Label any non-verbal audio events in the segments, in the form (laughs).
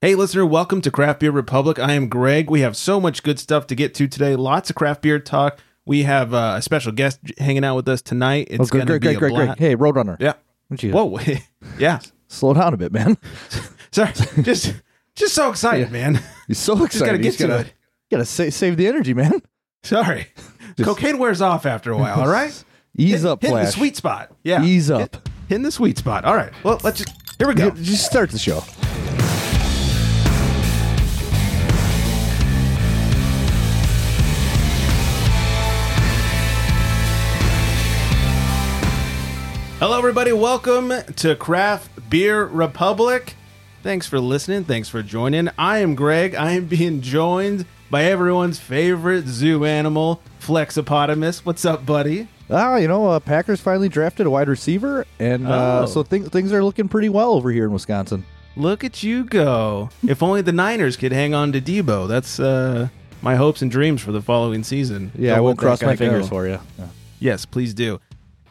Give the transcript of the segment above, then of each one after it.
Hey, listener, welcome to Craft Beer Republic. I am Greg. We have so much good stuff to get to today. Lots of craft beer talk. We have uh, a special guest j- hanging out with us tonight. It's Oh, going great, to great, be great, a great, great. blast. Hey, Roadrunner. Yeah. What you- Whoa. (laughs) yeah. Slow down a bit, man. (laughs) Sorry. Just, just so excited, man. (laughs) He's so excited. Just got to He's get to gotta- it. Gotta sa- save the energy, man. Sorry. Cocaine wears off after a while. All right. (laughs) Ease up, Hitting the Flash. sweet spot. Yeah. Ease up. Hit- Hitting the sweet spot. All right. Well, let's just. Here we go. Ju- Just start the show. Hello, everybody. Welcome to Craft Beer Republic. Thanks for listening. Thanks for joining. I am Greg. I am being joined by everyone's favorite zoo animal, Flexopotamus. What's up, buddy? Ah, you know, uh, Packers finally drafted a wide receiver, and Oh. uh, so th- things are looking pretty well over here in Wisconsin. Look at you go. If only the Niners could hang on to Debo. That's uh, my hopes and dreams for the following season. Yeah, Don't I won't let that cross guy my fingers go. for you. Yes, please do.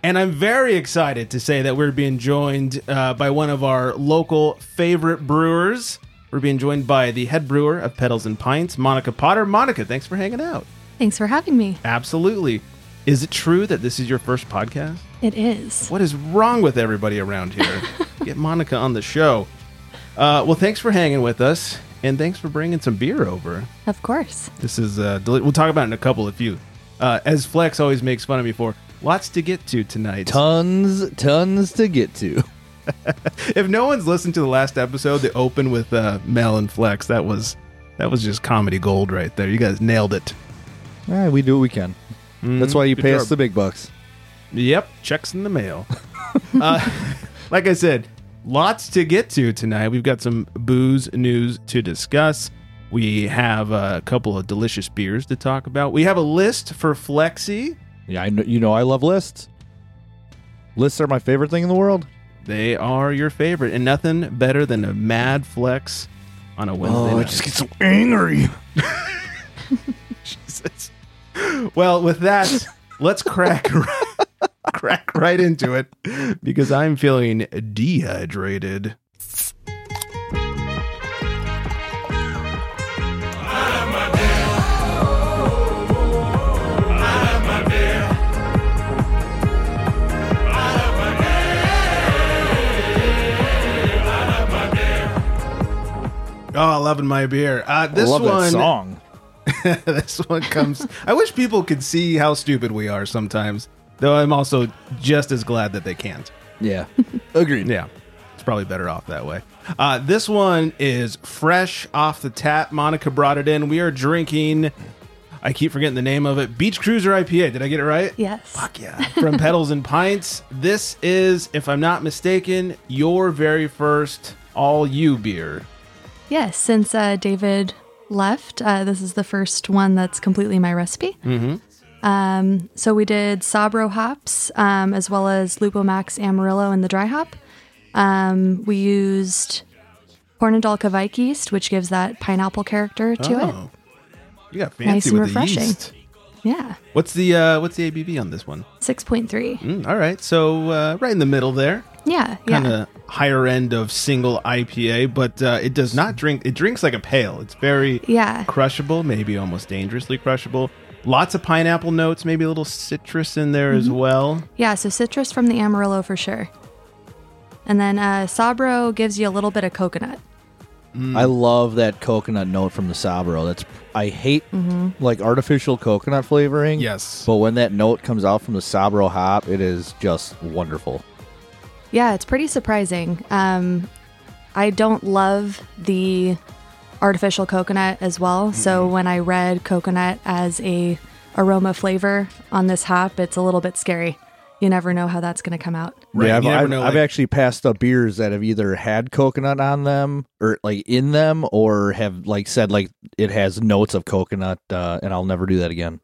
And I'm very excited to say that we're being joined uh, by one of our local favorite brewers. We're being joined by the head brewer of Pedals and Pints, Monica Potter. Monica, thanks for hanging out. Thanks for having me. Absolutely. Is it true that this is your first podcast? It is. What is wrong with everybody around here? Get Monica on the show. Uh, well, thanks for hanging with us, and thanks for bringing some beer over. Of course. This is uh, deli- we'll talk about it in a couple of few. Uh, as Flex always makes fun of me for, lots to get to tonight. Tons, tons to get (laughs) to. if no one's listened to the last episode, the open with uh, Mel and Flex, that was that was just comedy gold right there. You guys nailed it. Ah, we do what we can. That's why you Mm-hmm. good pay job. us the big bucks. Yep, checks in the mail. (laughs) uh, like I said, lots to get to tonight. We've got some booze news to discuss. We have a couple of delicious beers to talk about. We have a list for Flexi. Yeah, I know, you know I love lists. Lists are my favorite thing in the world. They are your favorite, and nothing better than a mad flex on a Wednesday. night. get so angry. Jesus. Well, with that, let's crack (laughs) crack right into it because I'm feeling dehydrated. Oh, loving my beer. Uh, this love one, that song. (laughs) this one comes. I wish people could see how stupid we are sometimes, though I'm also just as glad that they can't. Yeah, (laughs) agreed. Yeah, it's probably better off that way. Uh, this one is fresh off the tap. Monica brought it in. We are drinking, I keep forgetting the name of it Beach Cruiser IPA. Did I get it right? Yes. Fuck yeah. From Pedals and Pints. This is, if I'm not mistaken, your very first all you beer. Yes. Since uh, David left, uh, this is the first one that's completely my recipe. Mm-hmm. Um, so we did Sabro hops um, as well as Lupo Max Amarillo and the dry hop. Um, we used Pornadolka Vike yeast, which gives that pineapple character to it. Oh. You got fancy Nice and with the refreshing. yeast. Yeah. What's the uh, what's the ABV on this one? 6.3. Mm, all right, so uh, right in the middle there, Yeah. Yeah. kind of higher end of single IPA, but uh, it does not drink. It drinks like a pale. It's very Yeah. crushable, maybe almost dangerously crushable. Lots of pineapple notes, maybe a little citrus in there Mm-hmm. as well. Yeah, so citrus from the Amarillo for sure. And then uh, Sabro gives you a little bit of coconut. I love that coconut note from the Sabro. That's I hate like artificial coconut flavoring. Yes. But when that note comes out from the Sabro hop, it is just wonderful. Yeah, it's pretty surprising. Um, I don't love the artificial coconut as well. So when I read coconut as a aroma flavor on this hop, it's a little bit scary. You never know how that's going to come out. Right, Yeah, I've, you never I've- know, I've like- actually passed up beers that have either had coconut on them or like in them or have like said like it has notes of coconut uh, and I'll never do (laughs) that again.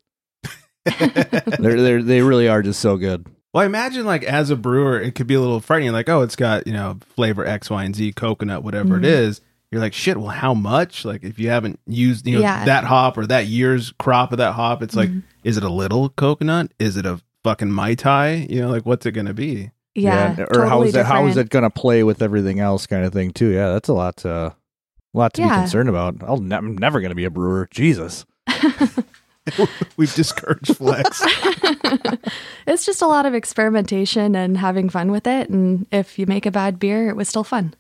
they're, they're, they really are just so good. Well, I imagine like as a brewer, it could be a little frightening. Like, oh, it's got you know flavor X, Y, and Z, coconut, whatever it Mm-hmm. is. You're like, shit. Well, how much? Like, if you haven't used you know Yeah. Mm-hmm. that hop or that year's crop of that hop, it's like, is it a little coconut? Is it a fucking mai tai? You know, like what's it gonna be? (laughs) Yeah. or how totally is that how is different. it going to play with everything else kind of thing too. Yeah, that's a lot to A lot to be Yeah. concerned about. I'll ne- I'm never going to be a brewer. Jesus. We've discouraged (laughs) flex. It's just a lot of experimentation and having fun with it. And if you make a bad beer, it was still fun.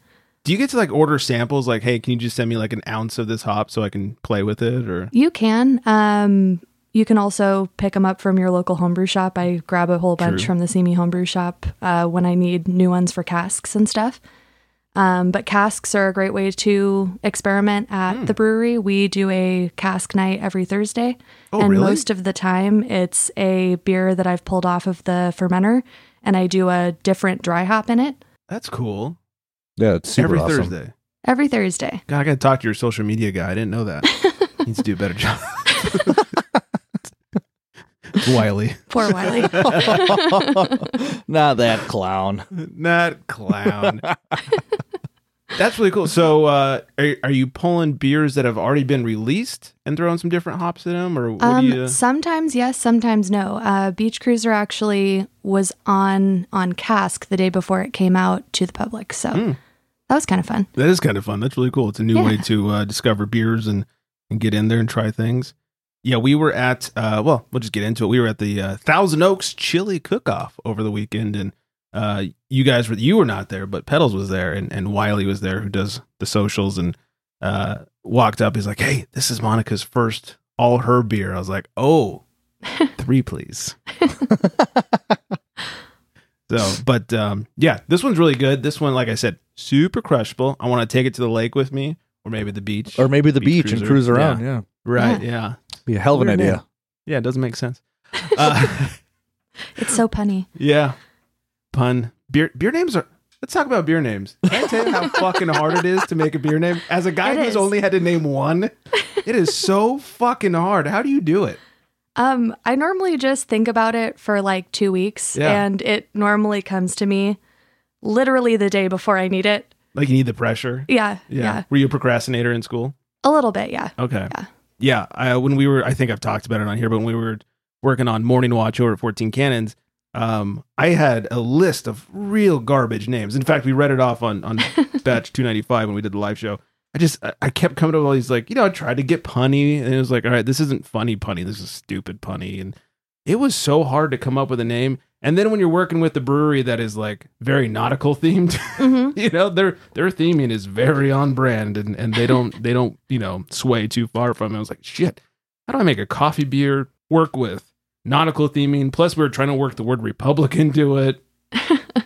Do you get to like order samples? Like, hey, can you just send me like an ounce of this hop so I can play with it? Or You can. Um, you can also pick them up from your local homebrew shop. I grab a whole bunch True. from the Simi homebrew shop uh, when I need new ones for casks and stuff. Um, but casks are a great way to experiment at Hmm. the brewery. We do a cask night every Thursday. Oh, and really? most of the time, it's a beer that I've pulled off of the fermenter and I do a different dry hop in it that's cool. Yeah, it's super Every awesome. Thursday. every Thursday. God, I gotta talk to your social media guy. I didn't know that. Needs to do a better job. Wiley. Poor (laughs) Wiley. (laughs) (laughs) Not that clown. Not clown. That's really cool. So, uh, are, are you pulling beers that have already been released and throwing some different hops in them, or what Um, do you? Sometimes yes, sometimes no. Uh, Beach Cruiser actually was on on cask the day before it came out to the public, so Hmm. that was kind of fun. That is kind of fun. That's really cool. It's a new Yeah. way to uh, discover beers and and get in there and try things. Yeah, we were at uh, well, we'll just get into it. We were at the uh, Thousand Oaks Chili Cook Off over the weekend, and uh, you guys were you were not there, but Pedals was there, and and Wiley was there, who does the socials, and uh, walked up. He's like, "Hey, this is Monica's first all her beer." I was like, (laughs) "Oh, three please." (laughs) So, but um, yeah, this one's really good. This one, like I said, super crushable. I want to take it to the lake with me, or maybe the beach, Or maybe the Beach beach, and cruiser. cruise around. Yeah. right? Yeah, Be a hell of an Weird idea. name. yeah, it doesn't make sense. Uh, (laughs) It's so punny. yeah, pun. Beer beer names are. Let's talk about beer names. Can I tell you how (laughs) fucking hard it is to make a beer name? As a guy It who's is. only had to name one, it is so fucking hard. How do you do it? Um, I normally just think about it for like two weeks, Yeah. and it normally comes to me literally the day before I need it. Like you need the pressure. Yeah, yeah, Yeah. Were you a procrastinator in school? a little bit. Yeah, Okay. Yeah. Yeah. I, when we were, I think I've talked about it on here, but when we were working on Morning Watch over at 14 Cannons, um, I had a list of real garbage names. In fact, we read it off on, on batch 295 when we did the live show. I just, I- I kept coming up with all these, like, you know, I tried to get punny and it was like, all right, this isn't funny punny. This is stupid punny. And it was so hard to come up with a name. And then when you're working with the brewery that is like very nautical themed, (laughs) hmm you know their their theming is very on brand and and they don't they don't you know sway too far from it. I was like shit how do I make a coffee beer work with nautical theming plus we were trying to work the word republic into (laughs) it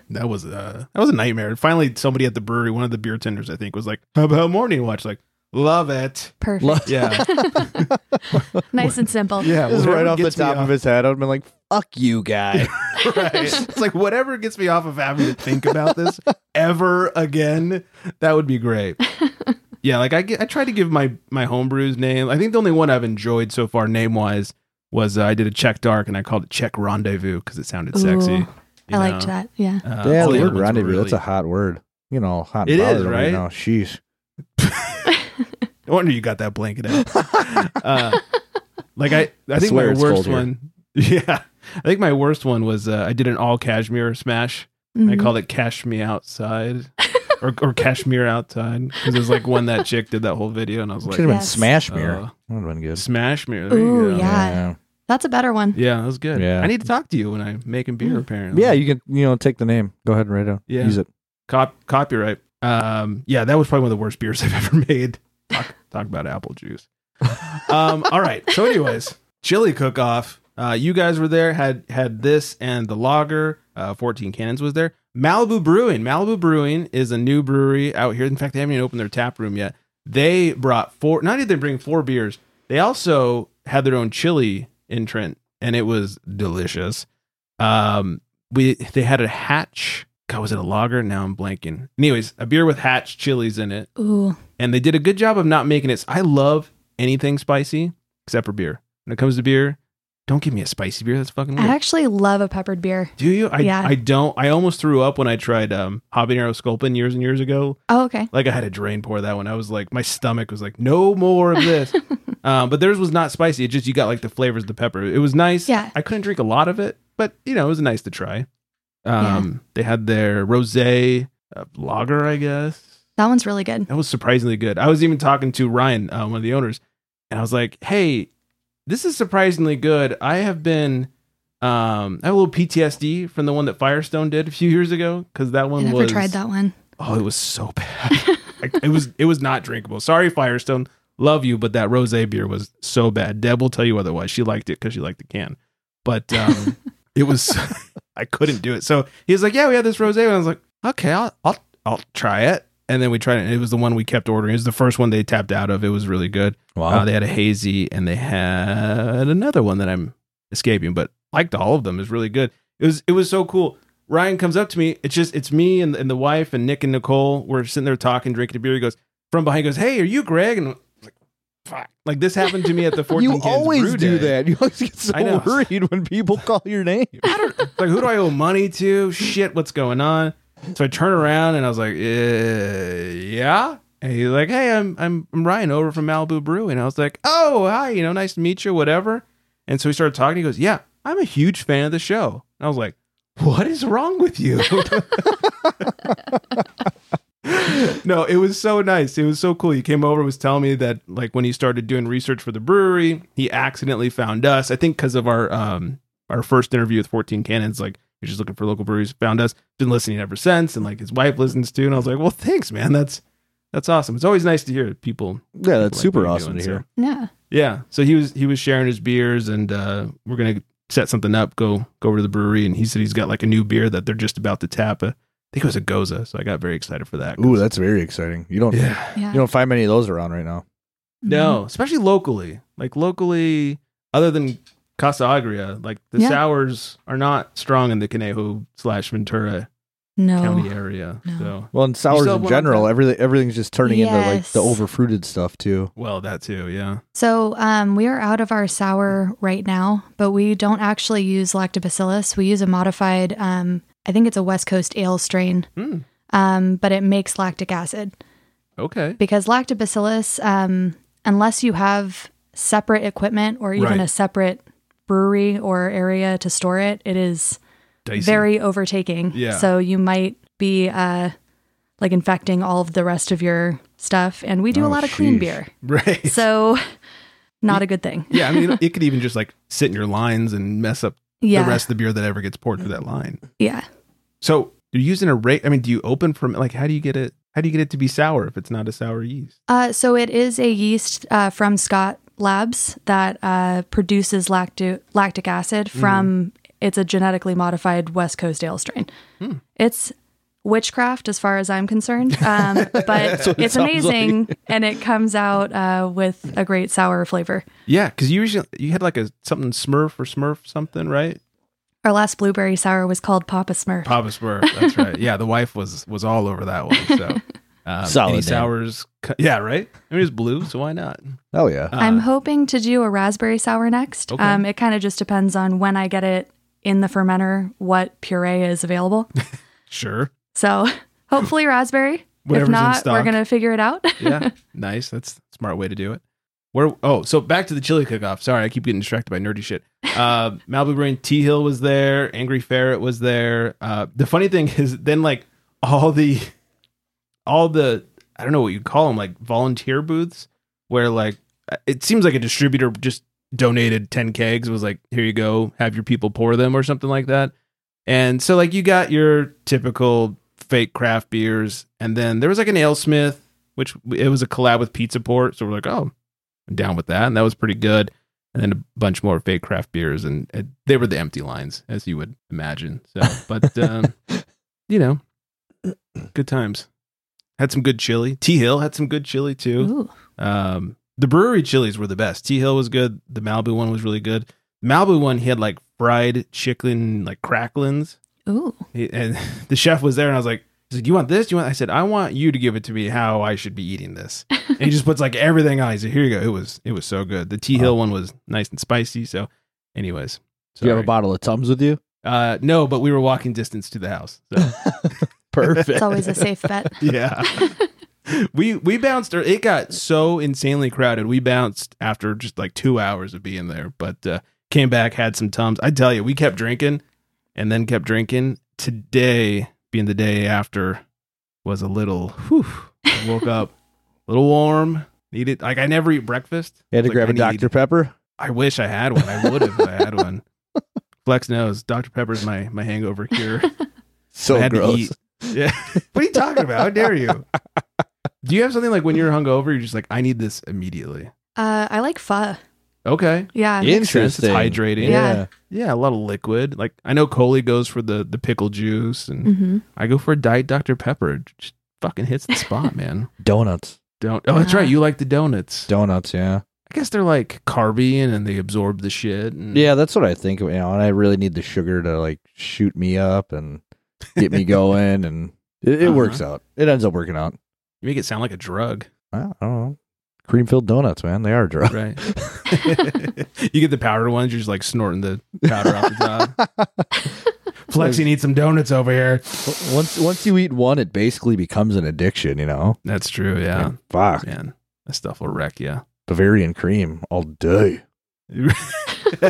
that was uh that was a nightmare and finally somebody at the brewery one of the beer tenders I think was like how about morning watch like love it perfect, (laughs) Love- yeah nice and simple. Mm-hmm. yeah (laughs) Just whatever right off the gets me top off- of his head, I'd been like, fuck you, (laughs) guy. right? It's like whatever gets me off of having to think about this ever again, that would be (laughs) great. Yeah, like I, gi- I tried to give my my homebrew's name. I think the only one I've enjoyed so far name wise was uh, I did a Czech dark and I called it Czech rendezvous because it sounded sexy. Ooh, you I liked know? that. Yeah, Uh, yeah, all the other the word ones were rendezvous. really- That's a hot word. You know, hot. It and is, bothered right? Now. Sheesh. No wonder you got that blanket out. (laughs) uh, like I, I think swear my it's worst cold here. one. (laughs) Yeah, I think my worst one was uh, I did an all cashmere smash. I Mhm. called it Cash Me Outside or, or Cashmere Outside because it was like when that chick did that whole video and I was Should like, have been Yes. smash mirror. Uh, that would have been good. Smash Me. There you Ooh, go. yeah. that's a better one. Yeah, that was good. Yeah. I need to talk to you when I'm making Mm. beer, apparently. Yeah, you can you know take the name. Go ahead and write it down. Yeah. Use it. Cop- copyright. Um, yeah, that was probably one of the worst beers (laughs) I've ever made. Talk, talk about apple juice. Um, all right. So, anyways, chili cook off. Uh, you guys were there. Had had this and the lager. Uh, Fourteen Cannons was there. Malibu Brewing. Malibu Brewing is a new brewery out here. In fact, they haven't even opened their tap room yet. They brought four. Not only did they bring four beers, they also had their own chili in Trent, and it was delicious. Um, we they had a hatch. God, was it a lager? Now I'm blanking. Anyways, a beer with hatch chilies in it, Ooh, and they did a good job of not making it. I love anything spicy except for beer. When it comes to beer, don't give me a spicy beer. That's fucking weird. I actually love a peppered beer. Do you? I, Yeah. I don't. I almost threw up when I tried um, habanero sculpin years and years ago. Oh, okay. Like I had a drain pour that one. I was like, my stomach was like, no more of (laughs) this. um, but theirs was not spicy. It just you got like the flavors of the pepper. It was nice. Yeah. I couldn't drink a lot of it, but you know it was nice to try. Um, they had their rosé uh, lager, I guess. That one's really good. That was surprisingly good. I was even talking to Ryan, uh, one of the owners, and I was like, "Hey, this is surprisingly good. I have been, um, I have a little PTSD from the one that Firestone did a few years ago because that I one never was tried that one. Oh, it was so bad. like, it was it was not drinkable. Sorry, Firestone. Love you, but that rosé beer was so bad. Deb will tell you otherwise. She liked it because she liked the can, but um, it was (laughs) I couldn't do it. So he was like, "Yeah, we had this rosé," and I was like, "Okay, I'll I'll, I'll try it." And then we tried it. And it was the one we kept ordering. It was the first one they tapped out of. It was really good. Wow. Uh, they had a hazy and they had another one that I'm escaping, but liked all of them. It was really good. It was it was so cool. Ryan comes up to me. It's just it's me and, and the wife and Nick and Nicole. We're sitting there talking, drinking a beer. He goes from behind. he Goes, hey, are you Greg? And I'm like, fuck, like this happened to me (laughs) at the 14 you Cans always Brew do Day. that. (laughs) You always get so I know. worried when people call your name. It's like, who do (laughs) I owe money to? Shit, what's going on? So I turn around and I was like, uh, yeah. And he's like, hey, I'm, I'm I'm Ryan over from Malibu Brew. And I was like, oh, hi, you know, nice to meet you, whatever. And so we started talking. He goes, yeah, I'm a huge fan of the show. And I was like, what is wrong with you? (laughs) no, it was so nice. It was so cool. He came over, was telling me that like when he started doing research for the brewery, he accidentally found us. I think because of our um our first interview with 14 Cannons, like he was just looking for local breweries, found us, been listening ever since, and like his wife listens too. And I was like, Well, thanks, man. That's that's awesome. It's always nice to hear people Yeah, like that's super what you're awesome doing, to hear. Yeah. yeah. So he was he was sharing his beers, and uh, we're gonna set something up. Go go over to the brewery, and he said he's got like a new beer that they're just about to tap. A, I think it was a Goza. So I got very excited for that. 'cause- Ooh, that's very exciting. You don't yeah. Yeah. you don't find many of those around right now. No, especially locally. Like locally, other than Casa Agria, like the Yeah. sours are not strong in the Conejo slash Ventura County No. area. Oh, No. So Well, and sours still have in one on general, tap? everything everything's just turning into like the Yes. overfruited stuff too. (laughs) well, that too. Yeah. So um, we are out of our sour right now, but we don't actually use lactobacillus. We use a modified, um, I think it's a West Coast ale strain, Hmm. um, but it makes lactic acid. Okay. because lactobacillus um, unless you have separate equipment or even Right. a separate brewery or area to store it it is Dicey. very overtaking Yeah. so you might be uh, like infecting all of the rest of your stuff and we do Oh, a lot of clean sheesh. beer (laughs) right. so not a good thing yeah, I mean, it could even just like sit in your lines and mess up yeah the rest of the beer that ever gets poured through that line. yeah So you're using a rate. I mean, do you open from like how do you get it? How do you get it to be sour if it's not a sour yeast? uh, so it is a yeast uh, from scott labs that uh, produces lacto- lactic acid Mm-hmm. from it's a genetically modified west coast ale strain Hmm. it's witchcraft as far as (laughs) i'm concerned um, but what it it's sounds amazing and it comes out uh, with a great sour flavor Yeah, because you usually you had like a something Smurf or Smurf something, right? our last blueberry sour was called papa smurf Papa Smurf. That's right. Yeah, the wife was was all over that one. (laughs) So um, Solid any name. sours. co- Yeah, right. I mean, it's blue, so why not? Oh yeah. i'm hoping to do a raspberry sour next Uh, Okay. um, it kind of just depends on when i get it in the fermenter what puree (laughs) is available Sure. so hopefully raspberry Whatever's if in not we're stock. gonna figure it out Yeah. nice. That's a smart way to do it. Where? Oh, so back to the chili cook-off. Sorry, I keep getting distracted by nerdy shit. Uh, Malibu Brain T Hill was there. Angry Ferret was there. Uh, the funny thing is, then like all the, all the I don't know what you call them, like volunteer booths, where like it seems like a distributor just donated ten kegs, was like, here you go, have your people pour them or something like that. And so like you got your typical fake craft beers, and then there was like an AleSmith, which it was a collab with Pizza Port. So we're like, oh, I'm down with that, and that was pretty good. And then a bunch more fake craft beers, and uh, they were the empty lines, as you would imagine. So, but um, you know, good times. Had some good chili. T Hill had some good chili too. Ooh. Um, the brewery chilies were the best. T Hill was good. The Malibu one was really good. Malibu one, he had like fried chicken, like cracklins. Ooh. He, and (laughs) the chef was there, and I was like, he's like, "You want this? You want?" I said, "I want you to give it to me how I should be eating this." and he just puts like everything on. He said, "Here you go." It was it was so good. The T Hill one was nice and spicy. So, anyways, Do you have a sorry. bottle of Tums with you? Uh, no, but we were walking distance to the house. So (laughs) Perfect. It's always a safe bet. yeah. (laughs) we we bounced or it got so insanely crowded. We bounced after just like 2 hours of being there, but uh came back had some tums. I tell you, we kept drinking and then kept drinking. Today being the day after was a little whew, I woke up a little warm. Needed like I never eat breakfast. You had to Like, grab I a Dr. need- Pepper. I wish I had one. I would have if I had one. (laughs) Flex knows Dr. Pepper's my my hangover cure. So I had to gross. eat. Yeah. (laughs) what are you talking about? How dare you? Do you have something like when you're hungover, you're just like, I need this immediately. (laughs) Uh, I like pho. Okay. Yeah. it makes- sense. It's Interesting. hydrating. Yeah. Yeah, a lot of liquid. Like I know Coley goes for the the pickle juice, and Mhm. I go for a diet Dr Pepper. It Just fucking hits the (laughs) spot, man. Donuts. Don't. Oh, that's right. You like the donuts. Donuts, yeah. I guess they're like carby and, and they absorb the shit. And Yeah, that's what I think. You know, and I really need the sugar to like shoot me up and get me going, (laughs) and it, it Uh-huh. works out. It ends up working out. you make it sound like a (laughs) drug, I don't know. Cream filled donuts, man. They are (laughs) (laughs) drug. right? you get the powdered ones. You're just like snorting the powder off the top. (laughs) Flexi needs some donuts over here. once once you eat one, it basically becomes an addiction. You know. That's true. Yeah, Like, fuck. man, that stuff will wreck (laughs) you. Bavarian cream all day. (laughs) what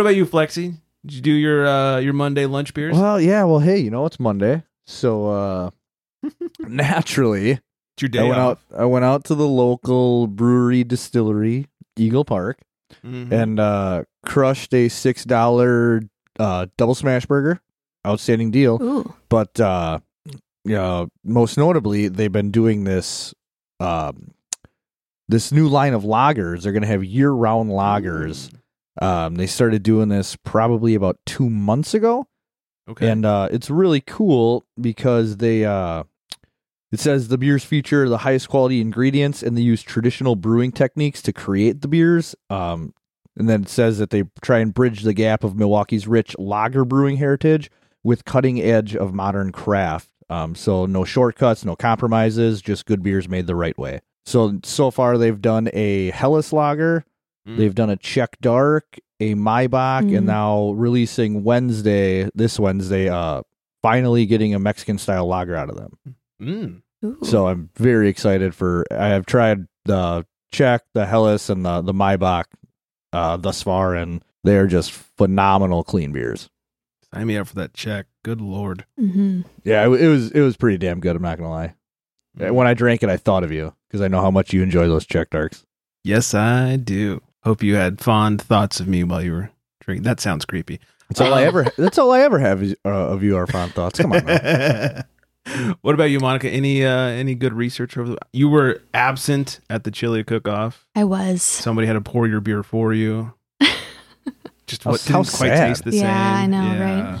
about you, Flexi? Did you do your uh, your Monday lunch beers? Well, yeah. Well, hey, you know it's Monday, so uh (laughs) naturally, It's your I day went off. out. I went out to the local brewery distillery, Eagle Park. Mhm. and uh, crushed a six dollar uh, double smash burger. Outstanding deal. Ooh. But uh, uh, most notably, they've been doing this um, this new line of lagers. They're going to have year round lagers. Um, they started doing this probably about two months ago, Okay. and uh, it's really cool because they. Uh, it says the beers feature the highest quality ingredients and they use traditional brewing techniques to create the beers. Um, and then it says that they try and bridge the gap of Milwaukee's rich lager brewing heritage with cutting edge of modern craft. Um, so no shortcuts, no compromises, just good beers made the right way. So so far they've done a Hellas lager, Mm. they've done a Czech dark, a Maybach, Mm. and now releasing Wednesday, this Wednesday, uh, finally getting a Mexican style lager out of them. Mm. Ooh. So I'm very excited for. I have tried the Czech, the Hellas, and the the Maybach uh, thus far, and they are just phenomenal clean beers. sign me up for that check. Good lord. Mhm. Yeah, it, wa- it was it was pretty damn good. I'm not gonna lie. Uh, Mm. When I drank it, I thought of you because I know how much you enjoy those Czech darks. Yes, I do. Hope you had fond thoughts of me while you were drinking. That sounds creepy. That's all I Um. ever. That's all I ever have is, uh, of you. Our fond thoughts. Come on. man. (laughs) what about you, Monica? Any uh, any good research over the? You were absent at the chili cook-off. I was. Somebody had to pour your beer for (laughs) you. Just How- what how didn't quite sad. taste the same. Yeah, I know, right?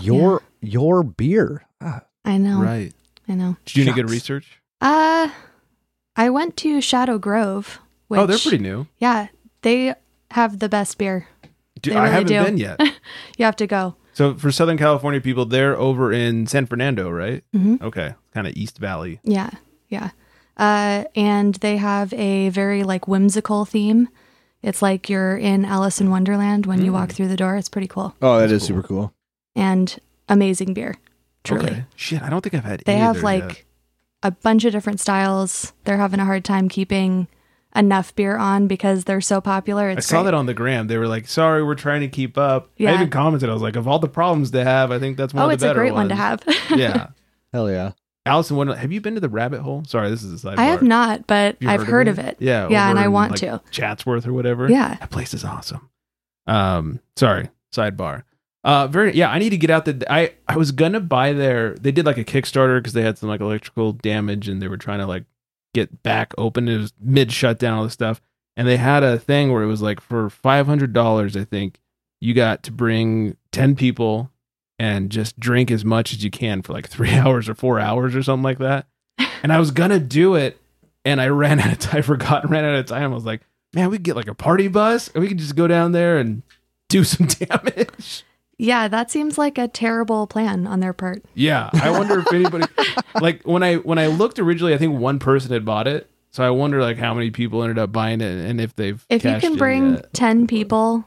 (laughs) Your your beer. Ah, I know. Right. I know. Did you do any good Shucks. research? Uh, I went to Shadow Grove. Which, oh, they're pretty new. Yeah, they have the best beer. Do, They I really haven't do. been yet. (laughs) You have to go. so for Southern California people, they're over in San Fernando, right? Mhm. Okay, kind of East Valley. Yeah, yeah. Uh, and they have a very like whimsical theme. It's like you're in Alice in Wonderland when Mm. you walk through the door. It's pretty cool Oh, that is cool. super cool. and amazing beer. Truly, Okay. Shit, I don't think I've had. they any have there like yet. a bunch of different styles. They're having a hard time keeping enough beer on because they're so popular. I It's saw great. that on the gram. They were like, "Sorry, we're trying to keep up." I Yeah. even commented. I was like, "Of all the problems to have, I think that's one Oh, of the it's a better great one to ones." have. (laughs) yeah, Hell yeah. Allison, Wonderland. Have you been to the rabbit hole? Sorry, this is a side. I have not, but I've heard of it. Yeah, Yeah, Uh, over and I in, want like, to. Chatsworth or whatever. Yeah. that place is awesome. Um, sorry, sidebar. Uh, very yeah. I need to get out the. I I was gonna buy their. They did like a Kickstarter because they had some like electrical damage and they were trying to like get back open. It was mid shutdown, all this stuff, and they had a thing where it was like for five hundred dollars, I think you got to bring ten people and just drink as much as you can for like (laughs) three hours or four hours or something like that. And I was gonna do it, and I ran out of time. I (laughs) forgot, and ran out of time. I was like, man, we could get like a party bus, and we could just go down there and do (laughs) some damage. Yeah, that seems like a terrible plan on their part. Yeah, I wonder if anybody (laughs) like when I when I looked originally, I think one person had bought it. So I wonder like how many people ended up buying it and if they've If you cashed can in bring yet. 10 people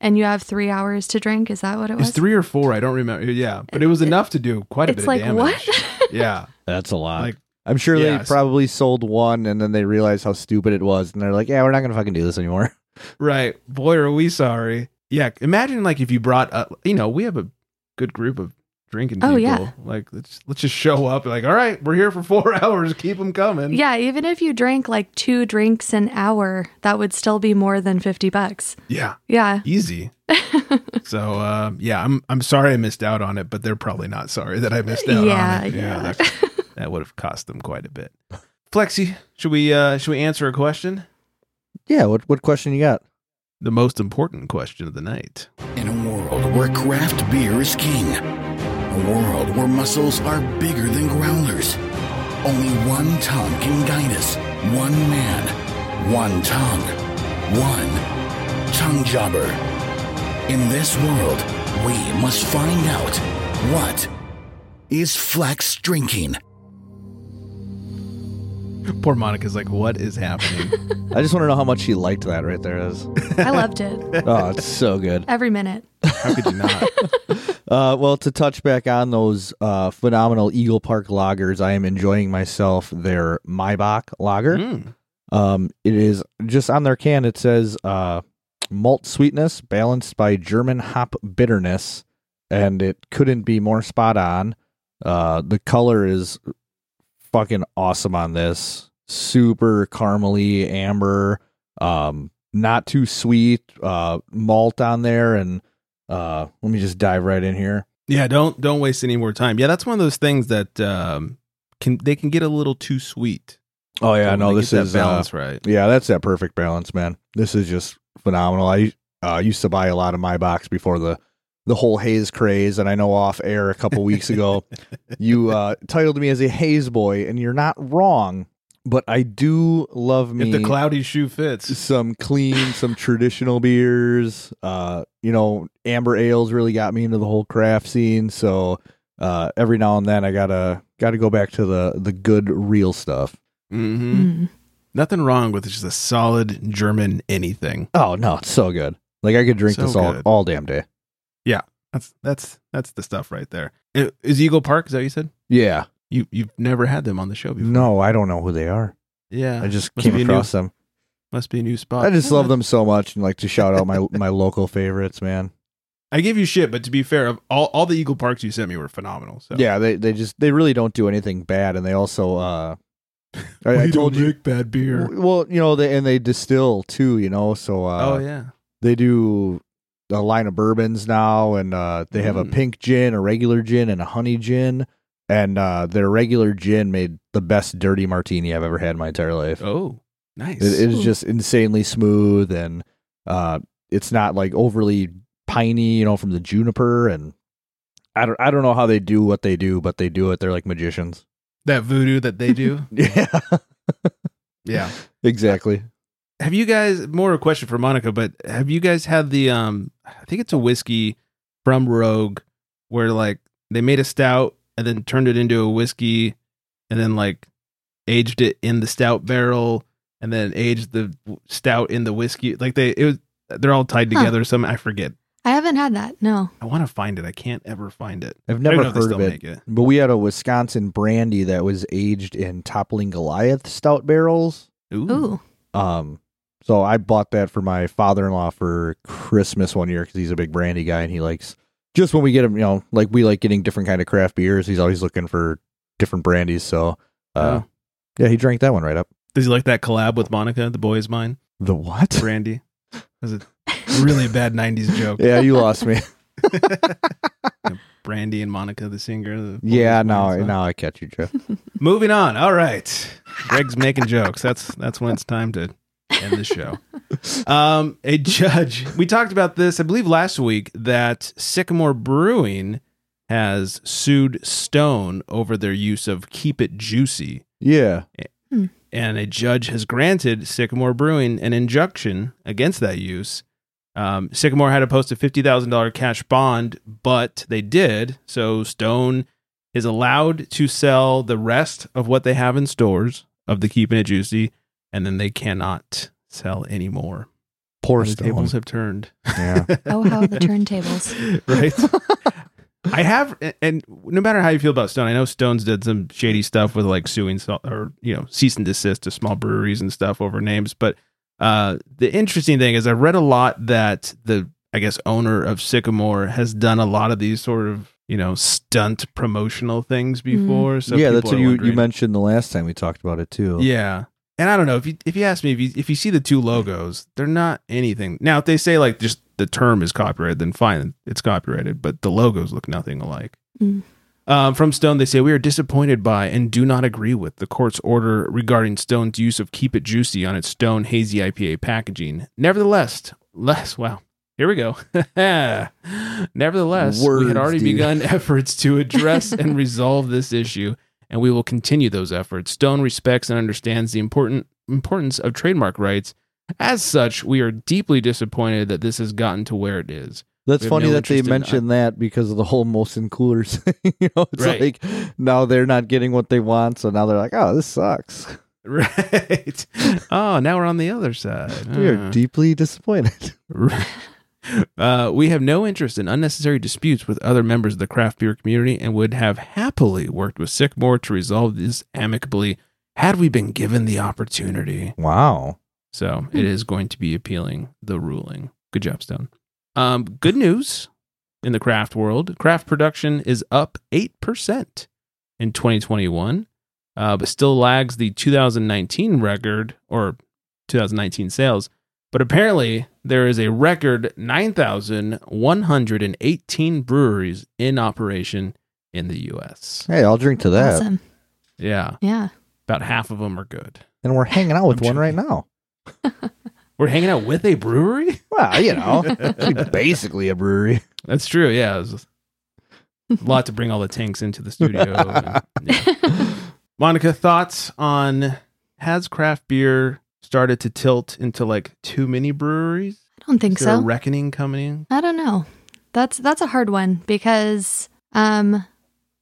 and you have three hours to drink, is that what it was? It's three or four. I don't remember. Yeah, but it was enough to do quite a It's bit like, of damage. What? Yeah, That's a lot. Like- I'm sure Yeah, they s- probably sold one and then they realized how stupid it was and they're like, yeah, we're not going to fucking do this anymore. right. Boy, are we sorry. Yeah, imagine like if you brought. A, you know, we have a good group of drinking people. Oh, yeah. Like let's let's just show up. Like all right, we're here for four (laughs) hours. Keep them coming. (laughs) Yeah, even if you drank like two drinks an hour, that would still be more than 50 bucks. Yeah, Yeah. (laughs) easy. so uh, yeah, I'm I'm sorry I missed out on it, but they're probably not sorry that I missed out Yeah, on it. yeah. that, that would have cost them quite a bit. Flexi, should we uh, should we answer a question? Yeah. What what question you got? The most important question of the night. In a world where craft beer is king, a world where muscles are bigger than growlers, only one tongue can guide us. One man, one tongue, one tongue jobber. In this world, we must find out what is Flex drinking? Poor Monica's like, what is happening? I just want to know how much she liked that right there. (laughs) Is I (laughs) loved it. oh, it's so good. Every minute. How could you (laughs) not? Uh, well, to touch back on those uh, phenomenal Eagle Park lagers, I am enjoying myself their Maybach lager. Mm. Um, it is just on their can. It says uh, malt sweetness balanced by German hop bitterness, and it couldn't be more spot on. Uh, the color is fucking awesome on this. Super caramely amber. Um, not too sweet. Uh, malt on there, and uh, let me just dive right in here. Yeah, don't don't waste any more time. Yeah, that's one of those things that um, can they can get a little too sweet. Oh yeah, So no, when they this get that is uh, balance right. Yeah, that's that perfect balance, man. This is just phenomenal. I uh, used to buy a lot of my box before the the whole haze craze, and I know off air a couple (laughs) weeks ago you uh, titled me as a haze boy, and you're not wrong. But I do love me If the cloudy shoe fits, some clean, some traditional beers. Uh, you know, amber ales really got me into the whole craft scene. So uh, every now and then I gotta gotta go back to the the good real stuff. hmm Mm. nothing wrong with just a solid German anything. Oh no, it's so good. Like I could drink So this all good. all damn day. That's that's that's the stuff right there. I- Is Eagle Park? Is that what you said? Yeah. You you've never had them on the show before. No, I don't know who they are. Yeah, I just Must came be a new- across them. must be a new spot. I just love them so much and like to shout (laughs) out my my local favorites, man. I give you shit, but to be fair, of all all the Eagle Parks you sent me were phenomenal. So Yeah, they they just they really don't do anything bad and they also uh I, I told you bad beer. well, you know, they and they distill too, you know, so uh oh yeah, they do a line of bourbons now and uh they have a Mm. pink gin, a regular gin and a honey gin and uh their regular gin made the best dirty martini I've ever had in my entire life. oh nice. It, it is Ooh. just insanely smooth and uh, it's not like overly piney, you know, from the juniper and I don't I don't know how they do what they do, but they do it. They're (laughs) like magicians. that voodoo that they (laughs) do. Yeah. yeah, exactly. Have you guys more a question for Monica, but have you guys had the um I think it's a whiskey from Rogue where like they made a stout and then turned it into a whiskey and then like aged it in the stout barrel and then aged the w- stout in the whiskey. Like they it was they're all tied Huh. together or something. I forget. I haven't had that. No. I want to find it. I can't ever find it. I've I don't never know if they heard still of it. make it. But we had a Wisconsin brandy that was aged in toppling Goliath stout barrels. Ooh. Ooh. Um so I bought that for my father-in-law for Christmas one year cuz he's a big brandy guy and he likes just when we get him, you know, like we like getting different kind of craft beers, he's always looking for different brandies, so uh Oh. yeah, he drank that one right up. Does he like that collab with Monica, the boy is (laughs) mine? The what? Brandy. Was it really bad nineties joke? (laughs) yeah, you (laughs) lost me. Brandy and Monica, the singer. the Boy yeah, Is Mine now song. now I catch (laughs) you, Jeff. Moving on. All right. Greg's making jokes. That's that's when it's time to end the show. Um, a judge. We talked about this, I believe, last week that Sycamore Brewing has sued Stone over their use of "Keep It Juicy," Yeah. and a judge has granted Sycamore Brewing an injunction against that use. Um, Sycamore had to post a fifty thousand dollar cash bond, but they did. So Stone is allowed to sell the rest of what they have in stores of the Keeping It Juicy, and then they cannot sell anymore. Poor The (laughs) Stone. tables have turned, (laughs) Yeah. Oh, (laughs) how the turntables. right? I have, and no matter how you feel about Stone, I know Stone's did some shady stuff with like suing so- or you know cease and desist to small breweries and stuff over names. But uh, the interesting thing is, I read a lot that the I guess owner of Sycamore has done a lot of these sort of you know, stunt promotional things before. So yeah, people that's what are you, you wondering. mentioned the last time we talked about it too. Yeah. And I don't know if you if you ask me if you if you see the two logos, they're not anything. Now, if they say like just the term is copyrighted, then fine, it's copyrighted. But the logos look nothing alike. Mm. Um, from Stone, they say we are disappointed by and do not agree with the court's order regarding Stone's use of "Keep It Juicy" on its Stone Hazy IPA packaging. Nevertheless, (laughs) less wow. Here we go. (laughs) Nevertheless, we Words, had already dude. begun (laughs) efforts to address (laughs) and resolve this issue, and we will continue those efforts. Stone respects and understands the important importance of trademark rights. As such, we are deeply disappointed that this has gotten to where it is. (laughs) That's We have funny no that they interest in- uh, mentioned that because of the whole Molson Coolers. (laughs) thing. you know, it's Right. like now they're not getting what they want, so now they're like, "Oh, this sucks." (laughs) Right. Oh, now we're on the other side. We are Uh. deeply disappointed. (laughs) (laughs) uh, we have no interest in unnecessary disputes with other members of the craft beer community and would have happily worked with Sycamore to resolve this amicably had we been given the opportunity. wow. So it is going to be appealing the ruling. Good job, Stone. Um, good news in the craft world craft production is up 8% in 2021, uh, but still lags the 2019 record or 2019 sales. But apparently, there is a record 9,118 breweries in operation in the US. Hey, I'll drink to that. Awesome. Yeah, Yeah. about half of them are good. And we're hanging out with I'm one right joking. now. We're hanging out with a brewery? Well, (laughs) you know, it's basically a brewery. That's true. Yeah, it was a lot to bring all the tanks into the studio. (laughs) and- yeah. Monica, thoughts on has craft beer started to tilt into like too many breweries? I don't think Is there so. a reckoning coming in? I don't know. That's that's a hard one because um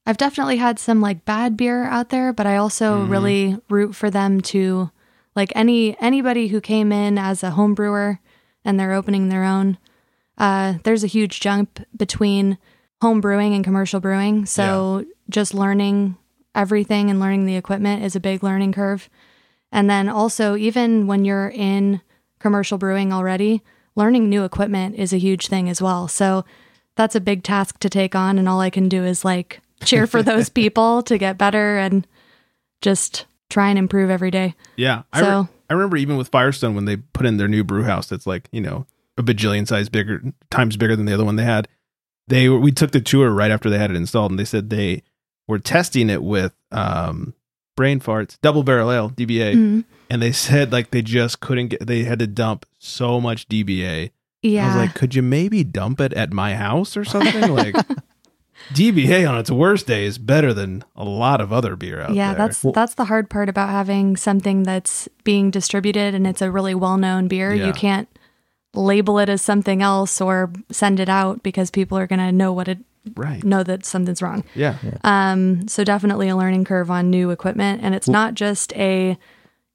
I've definitely had some like bad beer out there, but I also Mhm. really root for them to like any anybody who came in as a home brewer and they're opening their own. Uh there's a huge jump between home brewing and commercial brewing, so just learning everything and learning the equipment is a big learning curve. And then also, even when you're in commercial brewing already, learning new equipment is a huge thing as well. So that's a big task to take on. And all I can do is like (laughs) cheer for those people to get better and just try and improve every day. Yeah. I, So- re- I remember even with Firestone when they put in their new brew house that's like, you know, a bajillion size bigger times bigger than the other one they had. They were- we took the tour right after they had it installed and they said they were testing it with um brain farts, double barrel ale, DBA. Mm. and they said like they just couldn't get they had to dump so much DBA. I Yeah. was like, could you maybe dump it at my house or something? (laughs) like DBA on its worst day is better than a lot of other beer out yeah, there. that's that's the hard part about having something that's being distributed and it's a really well-known beer. Yeah. You can't label it as something else or send it out because people are going to know what it right. know that something's wrong. Yeah. Um, so definitely a learning curve on new equipment, and it's not just a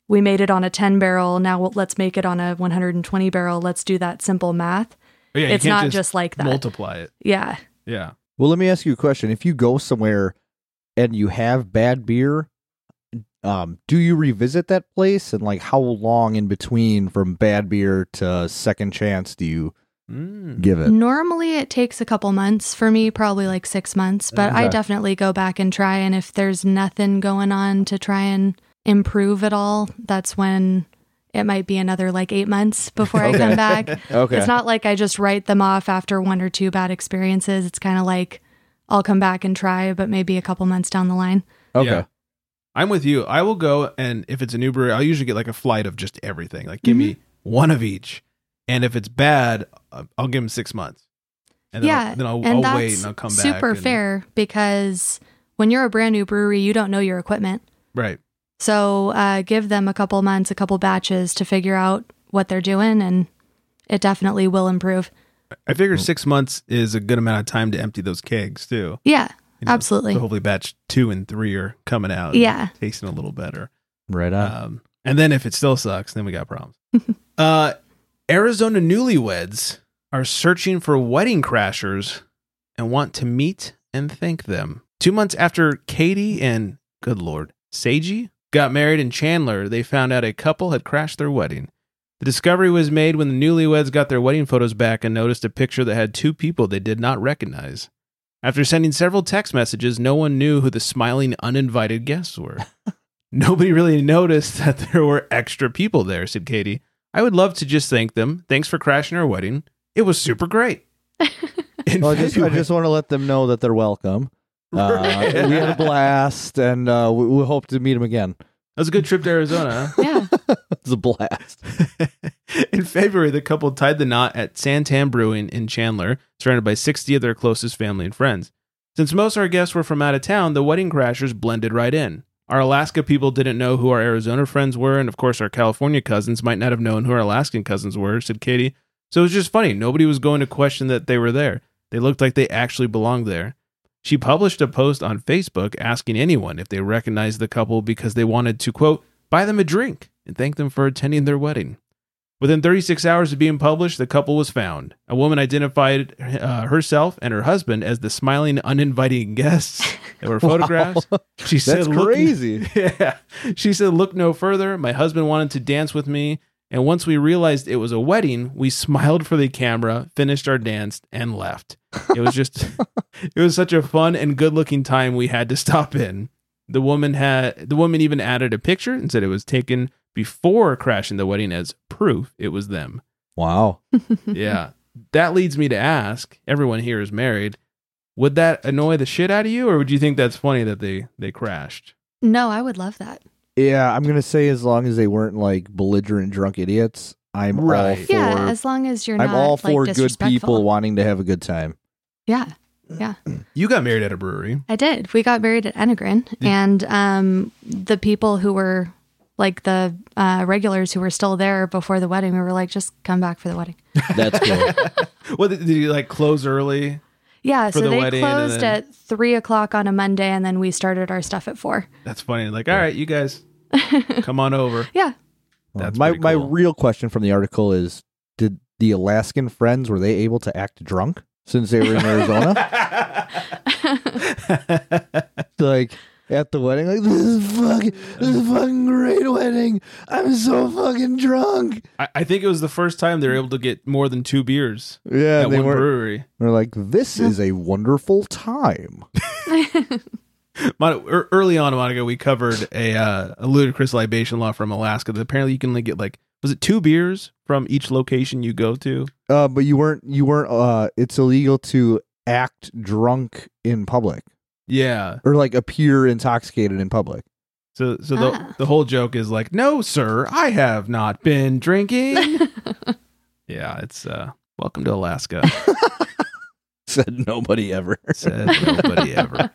we made it on a 10 barrel. Now we'll- let's make it on a 120 barrel. Let's do that simple math. Oh, yeah you it's can't not just, like that. multiply it. yeah, Yeah. Well, let me ask you a question. If you go somewhere and you have bad beer, um, do you revisit that place? And like, how long in between from bad beer to second chance do you Mm. give it? normally it takes a couple months for me, probably like six months, but I Okay. definitely go back and try. And if there's nothing going on to try and improve at all, that's when it might be another like eight (laughs) months before I come back. Okay. It's not like I just write them off after one or two bad experiences. It's kind of like I'll come back and try, but maybe a couple months down the line. okay. Yeah. I'm with you. I will go and if it's an Uber, I'll usually get like a flight of just everything. Like give Mm-hmm. me one of each. And if it's bad, uh, I'll give them six months. And then yeah, I'll, then I'll, and I'll that's wait and I'll come back. super and- fair because when you're a brand new brewery, you don't know your equipment. Right. So uh, give them a couple months, a couple batches to figure out what they're doing, and it definitely will improve. I figure six months is a good amount of time to empty those kegs too. (laughs) Yeah, You know, Absolutely. So hopefully, batch two and three are coming out. and Yeah. tasting a little better. Right on. Um, and then if it still sucks, then we got (laughs) problems. uh, Arizona newlyweds are searching for wedding crashers and want to meet and thank them. Two months after Katie and good lord Seiji got married in Chandler, they found out a couple had crashed their wedding. The discovery was made when the newlyweds got their wedding photos back and noticed a picture that had two people they did not recognize. After sending several text messages, no one knew who the smiling, uninvited guests (laughs) were. Nobody really noticed (laughs) that there were extra people there, said Katie. I would love to just thank them. Thanks for crashing our wedding. It was super great. In Well, I just, I February- just want to let them know that (laughs) they're welcome. Uh, (laughs) Right. we had a blast, and uh, we, we hope to meet them again. (laughs) that was a good trip to Arizona. huh? Yeah. It's a blast. (laughs) in February, the couple tied the knot at Santan Brewing in Chandler, surrounded by 60 of their closest family and friends. Since most of our guests were from out of town, the wedding crashers blended right in. Our Alaska people didn't know who our Arizona friends were, and of course, our California cousins might not have known who our Alaskan cousins were, said Katie. So it was just funny. Nobody was going to question that they were there. They looked like they actually belonged there. She published a post on Facebook asking anyone if they recognized the couple because they wanted to, quote, buy them a drink and thank them for attending their wedding. Within 36 hours of being published, the couple was found. A woman identified uh, herself and her husband as the smiling, uninviting (laughs) guests that (laughs) were photographed. She That's "Look- crazy. (laughs) yeah. She said, Look no further. My husband wanted to dance with me. And once we realized it was a wedding, we (laughs) smiled for the camera, finished our dance, and left. It was just, (laughs) it was such a fun and good looking time we had to stop in. The woman had, the woman even added a picture and said it was taken before crashing the wedding as proof it was them. Wow. Yeah. that leads me to ask everyone here is married. Would that annoy the shit out of you, or would you think that's funny that they they crashed? No, I would love that. Yeah, I'm gonna say as long as they weren't like belligerent drunk idiots, I'm all Right. for. yeah, as long as you're I'm not all for like, good people disrespectful. wanting to have a good time. Yeah. You got married at a brewery. I did. We got married at Enegrin, and um, the people who were like the uh, regulars who were still there before the wedding, we were like, just come back for the wedding. That's (laughs) cool. (laughs) Well, did, did you like close early? Yeah, For so the they wedding and closed then- at three o'clock on a Monday, and then we started our stuff (laughs) at four. (laughs) That's funny. Like, all right, you guys, come on (laughs) over. Yeah, That's my pretty my cool. real question from the article is: Did the Alaskan friends were they able to act drunk since they (laughs) were in Arizona? like at the wedding, like this is fucking this is a fucking great wedding. I'm so fucking drunk. I, I think it was the first time they were able to get more than two beers Yeah, at they one were. brewery. They're like, this is a wonderful time. Mon- er- early on, Monica, we covered a uh, a ludicrous libation law from Alaska that apparently you can only get like was it two beers from each location you go to? Uh, but you weren't. You weren't. Uh, it's illegal to act drunk in public Yeah. or like appear intoxicated in public. (laughs) So so the Ah. the whole joke is like, no, sir, I have not been (laughs) drinking. yeah, it's uh, welcome to Alaska. Said nobody ever. said nobody ever.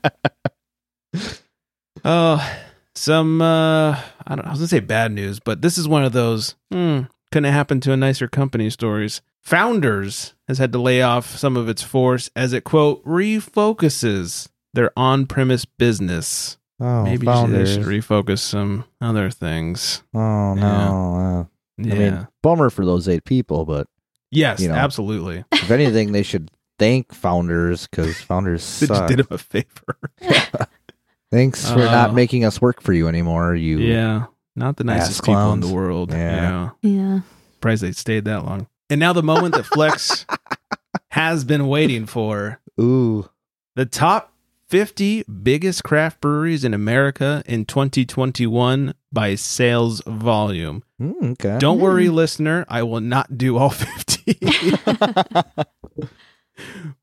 Oh, some uh, I don't. I was gonna say bad news, but this is one of those hmm, couldn't happen to a nicer company stories. Founders has had to lay off some of its force as it quote refocuses their on-premise business. (laughs) Oh, Maybe founders. they should refocus some other things. oh no. Yeah. Uh, I mean, bummer for those eight people, but yes, you know. absolutely. (laughs) if anything, they should thank founders because founders (laughs) They just suck. did him a favor. Thanks for Uh, not making us work for you anymore. You Yeah. Not the nicest people in clowns. the world. Yeah. yeah. yeah. Surprised they stayed that long. And now the moment that Flex has been waiting for. ooh. The top 50 biggest craft breweries in America in 2021 by sales volume. Mm, okay. Don't worry, listener, I will not do all 50.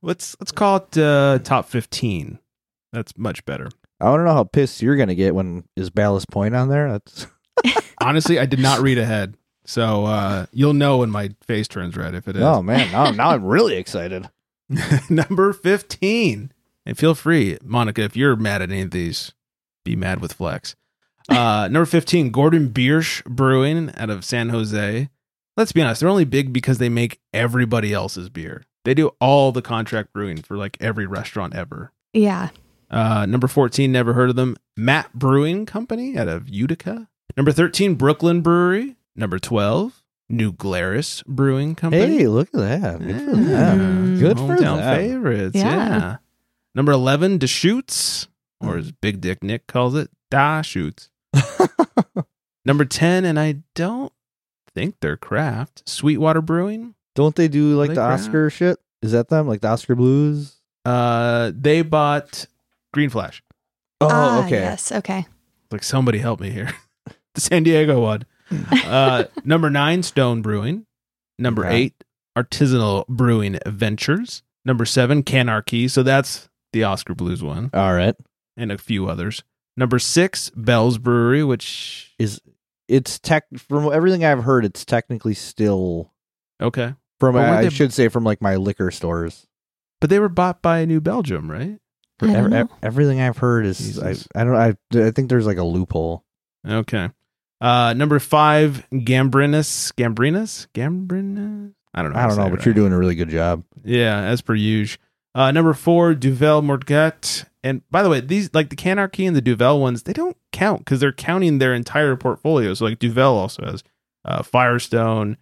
let's let's call it uh, top 15. That's much better. I don't know how pissed you're gonna get when is Ballast Point on there. That's Honestly, I did not read ahead. So uh, you'll know when my face turns red if it is. oh man. Now, now I'm really (laughs) excited. (laughs) Number 15. And feel free, Monica, if you're mad at any of these, be mad with Flex. Uh, number 15, Gordon Biersch Brewing out of San Jose. Let's be honest, they're only big because they make everybody else's beer. They do all the contract brewing for like every restaurant ever. Yeah. Uh, number 14, never heard of them. Matt Brewing Company out of Utica. Number 13, Brooklyn Brewery. Number 12, New Glarus Brewing Company. Hey, look at that. Good for them. Mm. Good for Hometown them. favorites. Yeah. Yeah. Number 11, Deschutes, Hmm. or as Big Dick Nick calls it, Da (laughs) Shoots. Number 10, and I don't think they're craft, Sweetwater Brewing. Don't they do like Like the that. Oscar shit? Is that them? Like the Oscar Blues? Uh, they bought Green Flash. Oh, ah, okay. Yes. Okay. Like somebody help me here. (laughs) the San Diego (laughs) one. Uh, number nine, Stone Brewing. Number Okay. eight, Artisanal Brewing Ventures. Number seven, Canarchy. So that's the Oscar Blues one, All right. and a few others. Number six, Bell's Brewery, which It's tech from everything I've heard. It's technically still okay, from. But weren't I, they- I should say from like my liquor stores. but they were bought by New Belgium, right? I don't Ev- ev- know. everything I've heard is I, Jesus. I don't I I think there's like a loophole. Okay. Uh, number five, Gambrinus, Gambrinus, Gambrinus. I don't know. I don't know, but you're doing. doing a really good job. Yeah, as per usual. Uh, number four, Duvel Morgat. And by the way, these like the Canarchy and the Duvel ones, they don't count because they're counting their entire portfolio. So like Duvel also has uh, Firestone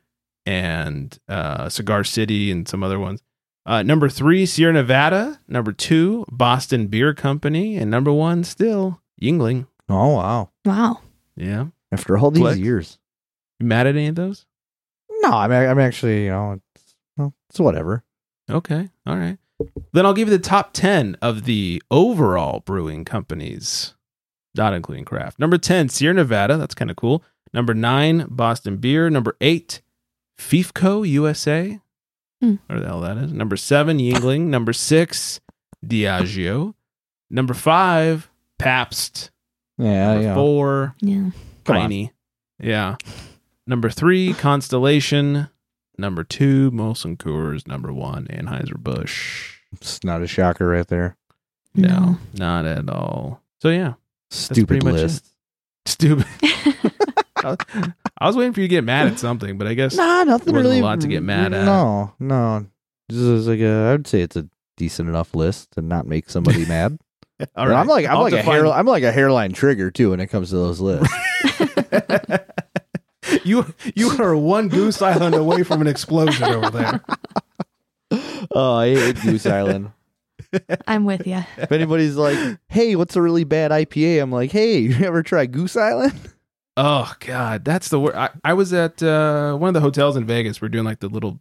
and uh, Cigar City and some other ones. Uh, number three, Sierra Nevada. Number two, Boston Beer Company, and number one, still Yingling. Oh wow! Wow. Yeah, After all these Flex. years, you mad at any of those? no, I'm I'm actually you know it's, well, it's whatever. Okay. All right. Then I'll give you the top 10 of the overall brewing companies, not including craft. Number 10, Sierra Nevada. That's kind of cool. Number nine, Boston Beer. Number eight, FIFCO USA. Hmm. Whatever the hell that is. Number seven, Yingling. Number six, Diageo. Number five, Pabst. Yeah, Number yeah. four, Yeah. (laughs) Come on. Tiny. Yeah. Number three, Constellation. Number two, Molson Coors. Number one, Anheuser-Busch. It's not a shocker right there. No, not at all. So, yeah. Stupid pretty much list. (laughs) Stupid. I was waiting for you to get mad at something, but I guess. Nah, nothing Wasn't a really. lot to get mad at. No, no. This is like a. I would say it's a decent enough list to not make (laughs) somebody mad. All And I'm like I'm I'll like a define- hair, I'm like a hairline trigger too when it comes to (laughs) those lists. you you are one goose island away from an explosion over there. (laughs) (laughs) oh, I hate Goose Island. I'm with you. If anybody's like, "Hey, what's a really bad IPA?" I'm like, "Hey, (laughs) you ever try Goose Island?" Oh God, that's the word. I, I was at uh, one of the hotels in Vegas. We're doing like the little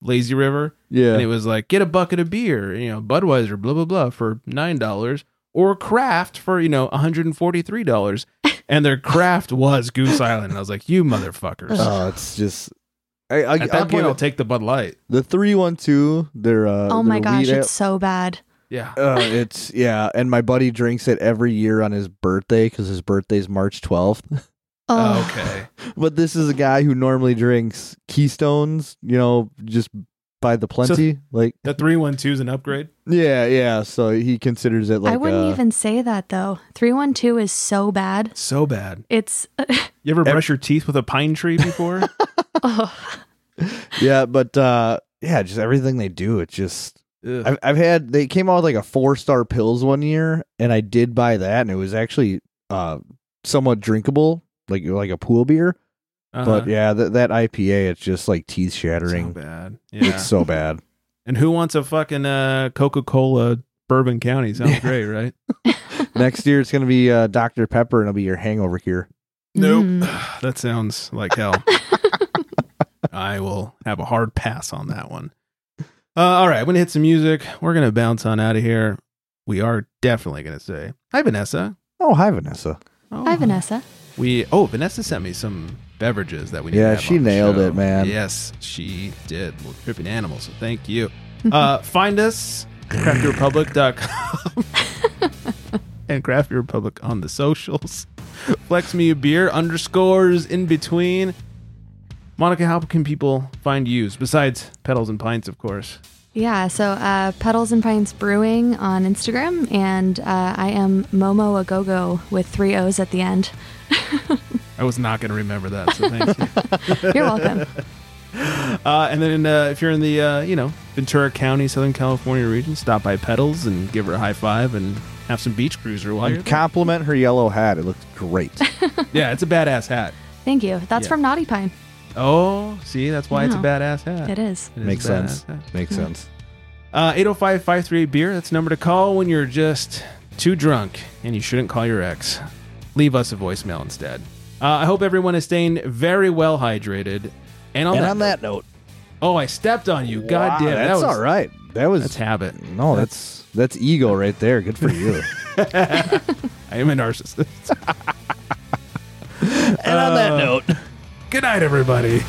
lazy river, Yeah, and it was like get a bucket of beer, you know, Budweiser, blah blah blah, for nine dollars, or craft for you know one hundred and forty three (laughs) dollars, and their craft was Goose Island, and I was like, you motherfuckers. (laughs) Oh, it's just. I, I, At I'll that point, give I'll it- take the Bud Light. the three one two. They're uh, oh my their gosh, wheat it's so bad. Yeah, ale- (laughs) uh, it's yeah, and my buddy drinks it every year on his birthday because his birthday's March twelfth. (laughs) Oh. (sighs) okay. but this is a guy who normally drinks Keystones, you know, just by the plenty. like The three one two is an upgrade. yeah, yeah. So he considers it like I wouldn't uh, even say that though. 312 is so bad. So bad. It's (laughs) You ever Ev- brush your teeth with a pine tree (laughs) before? oh, yeah, but uh, yeah, just everything they do, it just Ugh. I've, I've had they came out with like a four star pills one year and i did buy that and it was actually uh somewhat drinkable like like a pool beer Uh-huh. but yeah that that ipa it's just like teeth so shattering bad. Yeah. it's so bad and who wants a fucking uh, Coca Cola Bourbon County? Sounds (laughs) Yeah. great, right? next year it's gonna be uh dr pepper and it'll be your hangover cure Nope. Mm. (sighs) that sounds like (laughs) hell. I will have a hard pass on that one. Uh, all right, I'm going to hit some music. We're going to bounce on out of here. We are definitely going to say, Hi, Vanessa. oh hi vanessa Oh, (laughs) hi Vanessa. We, oh, Vanessa sent me some beverages that we need to Yeah, have she on the nailed show. it, man. Yes, she did. We're tripping animals, so thank you. (laughs) Uh, find us, craftyrepublic.com (laughs) and Crafty Republic on the socials. (laughs) Flex me a beer underscores in between. Monica, how can people find you besides pedals and pints, of course? Yeah, so uh, Petals and Pines Brewing on Instagram, and uh, I am Momo Agogo with three O's at the end. I was not going to remember that, so thank (laughs) you. You're welcome. Uh, and then uh, if you're in the uh, you know Ventura County, Southern California region, stop by Pedals and give her a high five and have some beach cruiser while you're. and compliment her yellow hat it looks great yeah, it's a badass hat. Thank you. That's Yeah. from Naughty Pine. Oh, see, that's why it's a Wow. badass hat. It is. It is a makes badass sense hat. makes sense Uh, 805-538 beer. That's the number to call when you're just too drunk and you shouldn't call your ex. Leave us a voicemail instead. Uh, I hope everyone is staying very well hydrated. And on, and that, on that note oh, I stepped on you. God wow, damn, it. that's that was all right That was That's habit. no. That's that's ego right there. Good for you. (laughs) I am a narcissist. Uh, and on that note. Good night, everybody.